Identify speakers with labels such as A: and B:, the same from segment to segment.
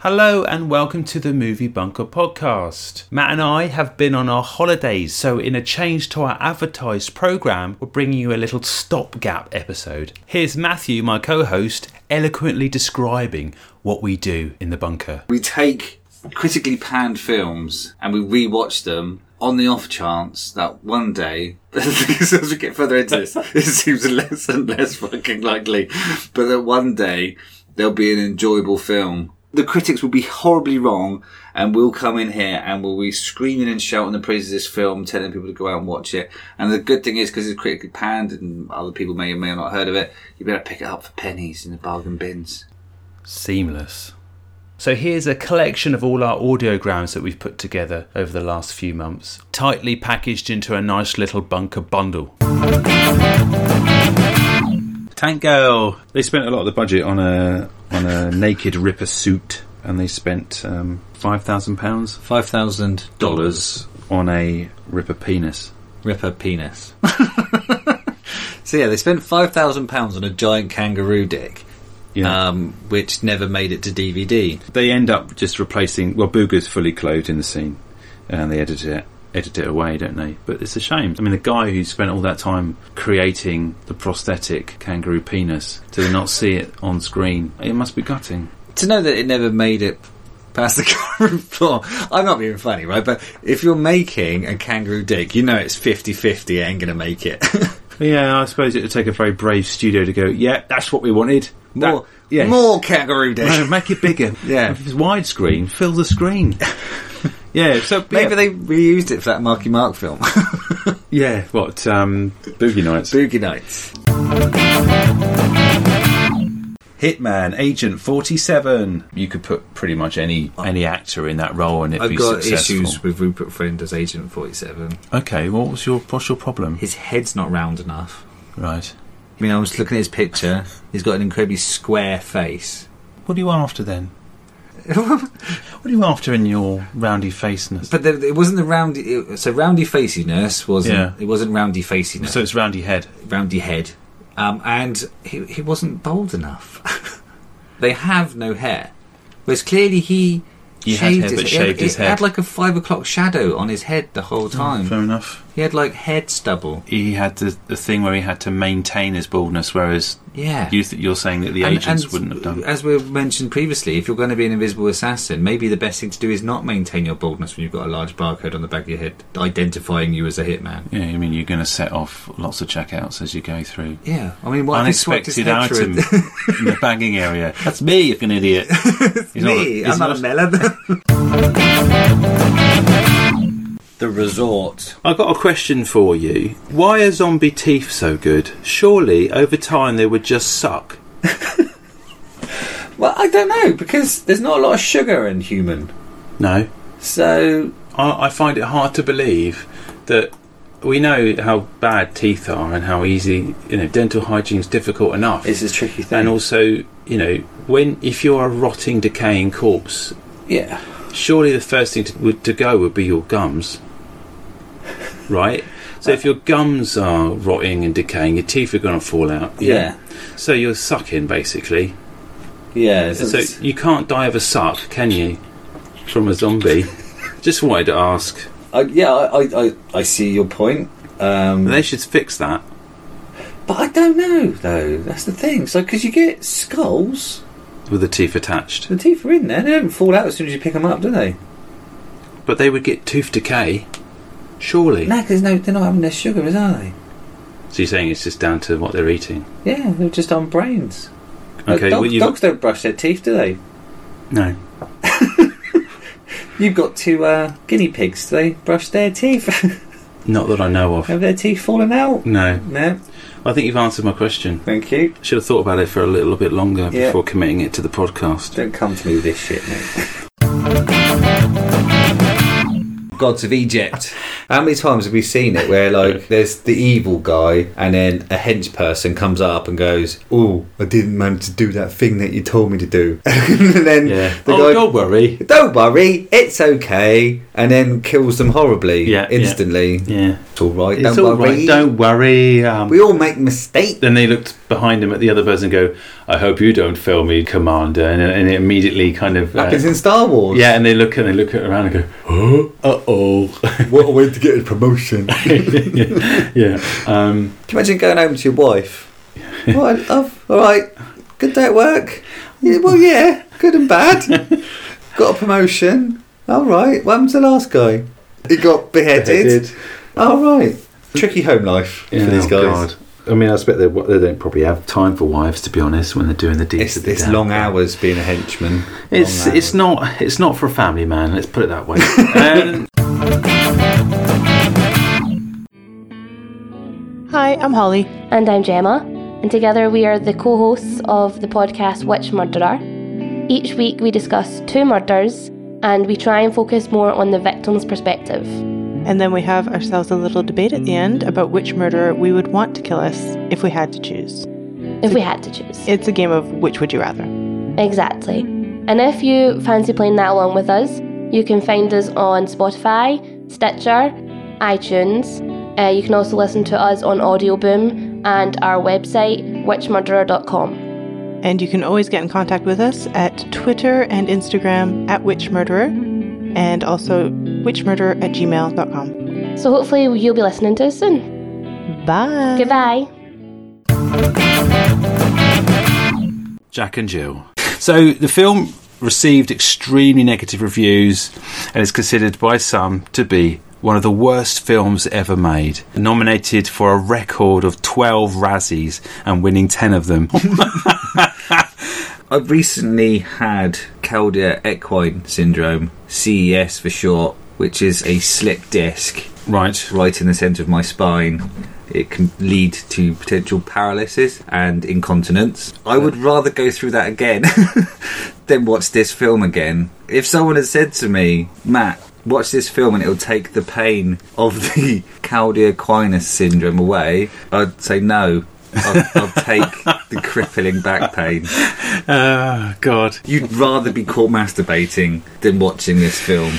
A: Hello and welcome to the Movie Bunker podcast. Matt and I have been on our holidays, so in a change to our advertised program, we're bringing you a little stopgap episode. Here's Matthew, my co-host, eloquently describing what we do in the bunker.
B: We take critically panned films and we rewatch them on the off chance that one day, as we get further into this, it seems less and less fucking likely, but that one day there'll be an enjoyable film. The critics will be horribly wrong, and we'll come in here and we'll be screaming and shouting the praises of this film, telling people to go out and watch it. And the good thing is, because it's critically panned and other people may or may not heard of it, you'll be able to pick it up for pennies in the bargain bins.
A: Seamless. So here's a collection of all our audiograms that we've put together over the last few months, tightly packaged into a nice little bunker bundle.
C: Tank Girl. They spent a lot of the budget on a on a naked ripper suit, and they spent um, five thousand pounds
D: Five thousand dollars
C: on a ripper penis.
D: ripper penis. so yeah, they spent five thousand pounds on a giant kangaroo dick,
C: Yeah.
D: um, which never made it to DVD.
C: they end up just replacing. Well, Booger's fully clothed in the scene, and they edit it edit it away, don't they? But it's a shame. I mean, the guy who spent all that time creating the prosthetic kangaroo penis to not see it on screen, it must be gutting.
D: To know that it never made it past the kangaroo floor, I'm not being funny, right? But if you're making a kangaroo dick, you know it's 50-50, it ain't going to make it.
C: Yeah, I suppose it would take a very brave studio to go. Yeah, that's what we wanted. That-
D: more,
C: yes.
D: more kangaroo dick.
C: No, make it bigger.
D: Yeah.
C: If it's widescreen, fill the screen. yeah, so
D: Maybe
C: yeah.
D: they reused it for that Marky Mark film,
C: Yeah, what um, Boogie Nights?
D: Boogie Nights.
C: Hitman Agent Forty Seven. You could put pretty much any any actor in that role, and it'd be
D: I've got
C: successful.
D: issues with Rupert Friend as Agent 47.
C: Okay, well, what's your what's your problem?
D: His head's not round enough.
C: Right.
D: I mean, I was looking at his picture. He's got an incredibly square face.
C: What are you after then? What are you after in your roundy faceness?
D: but the, it wasn't the roundy. It, so roundy faciness wasn't.
C: Yeah.
D: It wasn't roundy faciness.
C: So it's roundy head.
D: roundy head, um, and he he wasn't bold enough. they have no hair, whereas clearly he.
C: He had
D: shaved
C: hair,
D: his,
C: but
D: he had-
C: shaved his
D: he had
C: head. Oh,
D: like a five o'clock shadow on his head the whole time.
C: Fair enough.
D: he had like head stubble.
C: He had the, the thing where he had to maintain his baldness, whereas
D: Yeah.
C: you th- you're saying that the
D: And-
C: agents
D: and
C: wouldn't have done.
D: As we mentioned previously, if you're going to be an invisible assassin, maybe the best thing to do is not maintain your baldness when you've got a large barcode on the back of your head identifying you as a hitman.
C: Yeah, I mean, you're going to set off lots of checkouts as you go through.
D: Yeah, I mean, what
C: Unexpected item
D: It's
C: in the bagging area. That's me, you fucking idiot. He's not a-
D: me.
C: he's
D: I'm not a melon. the resort.
E: I've got a question for you. Why are zombie teeth so good? Surely over time they would just suck.
D: Well, I don't know because there's not a lot of sugar in human,
E: No.
D: so
E: I, I find it hard to believe that we know how bad teeth are and how easy, you know, dental hygiene is difficult enough.
D: it's a tricky thing.
E: and also, you know, when if you're a rotting, decaying corpse,
D: yeah,
E: surely the first thing to, would, to go would be your gums, right? So if your gums are rotting and decaying, your teeth are going to fall out.
D: yeah,
E: So you're sucking basically.
D: yeah.
E: So you can't die of a suck, can you? From a zombie. Just wanted to ask.
D: I, yeah, I, I, I, I see your point. Um,
E: They should fix that.
D: But I don't know though. That's the thing. So because you get skulls,
E: With the teeth attached.
D: the teeth are in there. They don't fall out as soon as you pick them up, do they?
E: But they would get tooth decay. Surely.
D: No, 'cause no, they're not having their sugars, are they?
E: So you're saying it's just down to what they're eating?
D: Yeah, they're just on brains. Like,
E: Okay,
D: Uh, dog-
E: well, you've-
D: dogs don't brush their teeth, do they?
E: No.
D: You've got two uh, guinea pigs. Do they brush their teeth?
E: Not that I know of.
D: Have their teeth fallen out?
E: No.
D: No,
E: I think you've answered my question.
D: thank you.
E: Should have thought about it for a little bit longer
D: Yeah.
E: before committing it to the podcast.
D: Don't come to me with this shit, mate. Gods of Egypt. How many times have we seen it where like there's the evil guy and then a hench person comes up and goes, "Oh, I didn't manage to do that thing that you told me to do," and then
C: Yeah.
D: the
C: oh,
D: guy,
C: don't worry.
D: "Don't worry, it's okay," and then kills them horribly,
C: Yeah, yeah.
D: instantly.
C: Yeah.
D: It's all right.
C: It's
D: don't
C: all
D: worry.
C: right. Don't worry. Um,
D: We all make mistakes.
C: then they looked behind him at the other person and go, I hope you don't fail me, Commander. And, and it immediately kind of. uh,
D: Happens in Star Wars.
C: yeah, and they look and they look around and go, uh oh.
D: What a way to get a promotion. Can
C: yeah. yeah. Um,
D: you imagine going home to your wife? All right, love. All right. Good day at work. Yeah, well, yeah. Good and bad. Got a promotion. All right. What happened to the last guy? He got beheaded. All right. Tricky home life
C: Yeah,
D: for these
C: oh,
D: guys.
C: God. I mean, I expect they, they don't probably have time for wives, to be honest, when they're doing the deeds.
D: It's,
C: of the
D: it's
C: damned.
D: long hours being a henchman.
C: It's
D: Long
C: it's
D: hours.
C: not it's not for a family man. Let's put it that way. um,
F: Hi, I'm Holly.
G: And I'm Gemma, and together we are the co hosts of the podcast Which Murderer. Each week we discuss two murders and we try and focus more on the victim's perspective.
F: And then we have ourselves a little debate at the end about which murderer we would want to kill us if we had to choose.
G: If we had to choose.
F: It's a game of which would you rather.
G: Exactly. And if you fancy playing that along with us, you can find us on Spotify, Stitcher, iTunes. Uh, you can also listen to us on Audio Boom and our website, witchmurderer.com.
F: And you can always get in contact with us at Twitter and Instagram at witchmurderer and also witchmurderer at gmail.com.
G: So hopefully you'll be listening to us soon.
F: Bye.
G: Goodbye.
E: Jack and Jill. So the film received extremely negative reviews and is considered by some to be one of the worst films ever made. Nominated for a record of 12 Razzies and winning 10 of them.
B: I recently had Calder equine syndrome, CES for short, which is a slip disc
E: right.
B: right in the centre of my spine. It can lead to potential paralysis and incontinence. I would rather go through that again than watch this film again. If someone had said to me, Matt, watch this film and it'll take the pain of the Calder equinus syndrome away, I'd say no. I'll, I'll take the crippling back pain.
E: Oh, God.
B: You'd rather be caught masturbating than watching this film.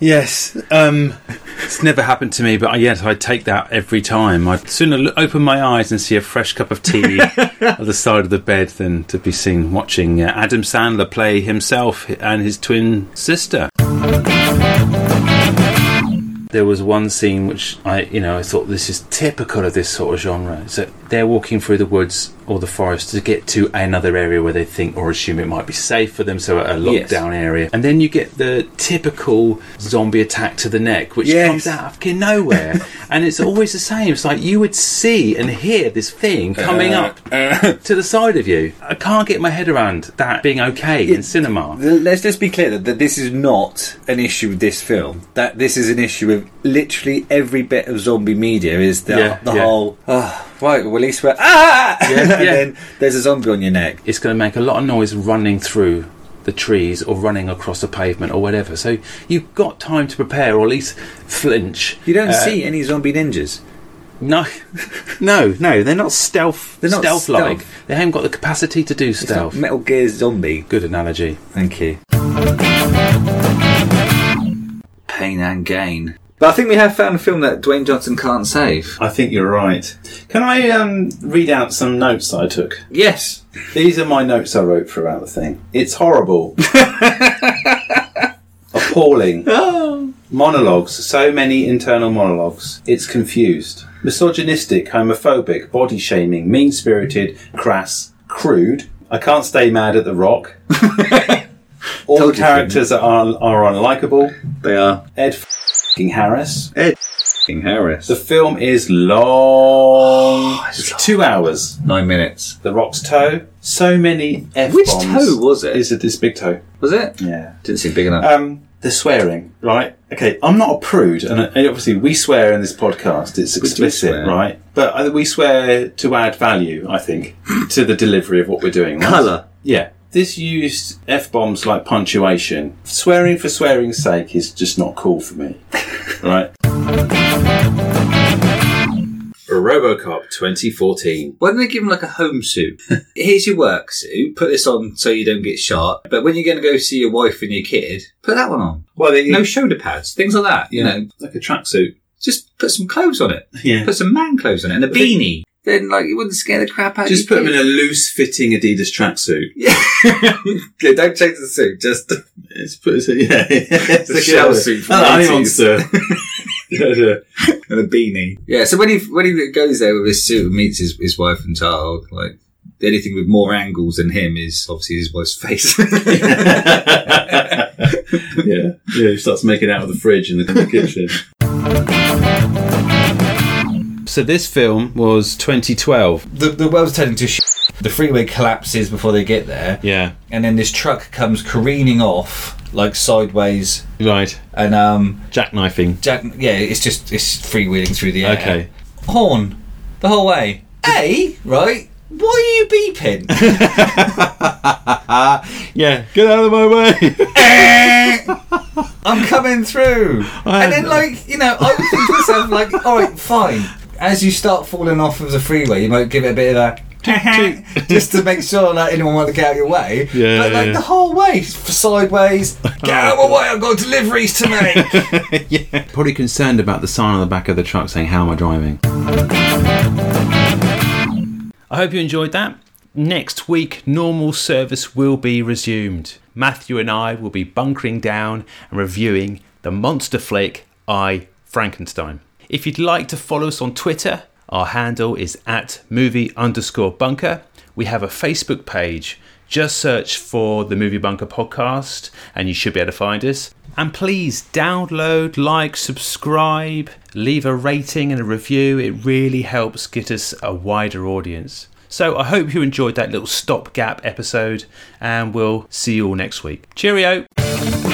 E: Yes, um, it's never happened to me, but yes, I take that every time. I'd sooner lo- open my eyes and see a fresh cup of tea at the side of the bed than to be seen watching uh, Adam Sandler play himself and his twin sister. There was one scene which I, you know, I thought this is typical of this sort of genre. So they're walking through the woods or the forest to get to another area where they think or assume it might be safe for them, so a
B: Yes.
E: lockdown area, and then you get the typical zombie attack to the neck, which
B: Yes.
E: comes out of fucking nowhere, and it's always the same. It's like you would see and hear this thing coming up
D: uh,
E: to the side of you. I can't get my head around that being okay in cinema.
B: Let's just be clear that, that this is not an issue with this film. That this is an issue with literally every bit of zombie media. Is the,
E: Yeah,
B: the
E: yeah.
B: whole oh, right? Well, at least we're ah, and
E: yeah.
B: then there's a zombie on your neck.
E: it's going to make a lot of noise running through the trees or running across the pavement or whatever. So you've got time to prepare or at least flinch.
B: You don't
E: Uh,
B: see any zombie ninjas.
E: No, no, no. They're not stealth.
B: They're not
E: stealth-like.
B: stealth.
E: They haven't got the capacity to do
B: It's not
E: stealth.
B: Metal Gear Zombie.
E: Good analogy.
B: Thank you. Pain and gain. But I think we have found a film that Dwayne Johnson can't save.
H: I think you're right. Can I um, read out some notes that I took?
B: Yes,
H: These are my notes I wrote throughout the thing. It's horrible. Appalling. Monologues, so many internal monologues. It's confused. Misogynistic, homophobic, body shaming, mean spirited, crass, crude. I can't stay mad at The Rock. All the
B: Told you,
H: characters are, are unlikable.
B: they are.
H: Ed fing Harris.
B: King Harris.
H: The film is long. it's two hours.
B: Nine minutes.
H: The Rock's toe. So many F
B: Which toe was it?
H: Is it this big toe?
B: Was it?
H: Yeah.
B: Didn't seem big
E: Uh,
B: enough.
H: Um, the swearing, right? Okay, I'm not a prude, and uh, obviously we swear in this podcast. It's explicit,
B: swear.
H: right? But uh, we swear to add value, I think, to the delivery of what we're doing. Right?
B: Colour.
H: Yeah.
I: This used f bombs like punctuation. Swearing for swearing's sake is just not cool for me. right. RoboCop 2014.
J: Why don't they give him like a home suit? Here's your work suit. Put this on so you don't get shot. But when you're going to go see your wife and your kid, put that one on.
I: Well, they,
J: No shoulder pads, things like that. You know,
I: like a tracksuit.
J: just put some clothes on it.
I: Yeah.
J: Put some man clothes on it and a beanie. Then like you wouldn't scare the crap out.
I: Just
J: of
I: put
J: your
I: him in a loose-fitting Adidas tracksuit.
J: in a. yeah, don't change the suit. Just
I: It's put it's, yeah, it's
J: The shell suit from the
I: Oh, hang on,
J: 80s.
I: sir. yeah, yeah.
J: and a beanie. Yeah. So when he when he goes there with his suit and meets his, his wife and child, like anything with more angles than him is obviously his wife's face.
I: yeah, yeah. He starts making out of the fridge in the, in the kitchen.
K: So this film was 2012.
D: The, the world's turning to sh- The freeway collapses before they get there,
K: Yeah,
D: and then this truck comes careening off like sideways,
K: right.
D: and um,
K: Jackknifing.
D: Jack, yeah, it's just it's freewheeling through the air.
K: Okay.
D: horn the whole way. A right? Why are you beeping?
K: Yeah, get out of my way.
D: I'm coming through.
K: I-
D: and then like you know, I would think to myself like, all right, fine. As you start falling off of the freeway, you might give it a bit of a just to make sure that anyone want to get out of your way.
K: Yeah,
D: but like
K: yeah.
D: the whole way sideways. Get out of my way! I've got deliveries to make.
K: Probably concerned about the sign on the back of the truck saying, How am I driving?
E: I hope you enjoyed that. Next week, normal service will be resumed. Matthew and I will be bunkering down and reviewing the monster flick I Frankenstein. If you'd like to follow us on Twitter, our handle is at movie underscore bunker. We have a Facebook page. Just search for the Movie Bunker podcast and you should be able to find us. And please download, like, subscribe, leave a rating and a review. It really helps get us a wider audience. So I hope you enjoyed that little stopgap episode, and we'll see you all next week. Cheerio!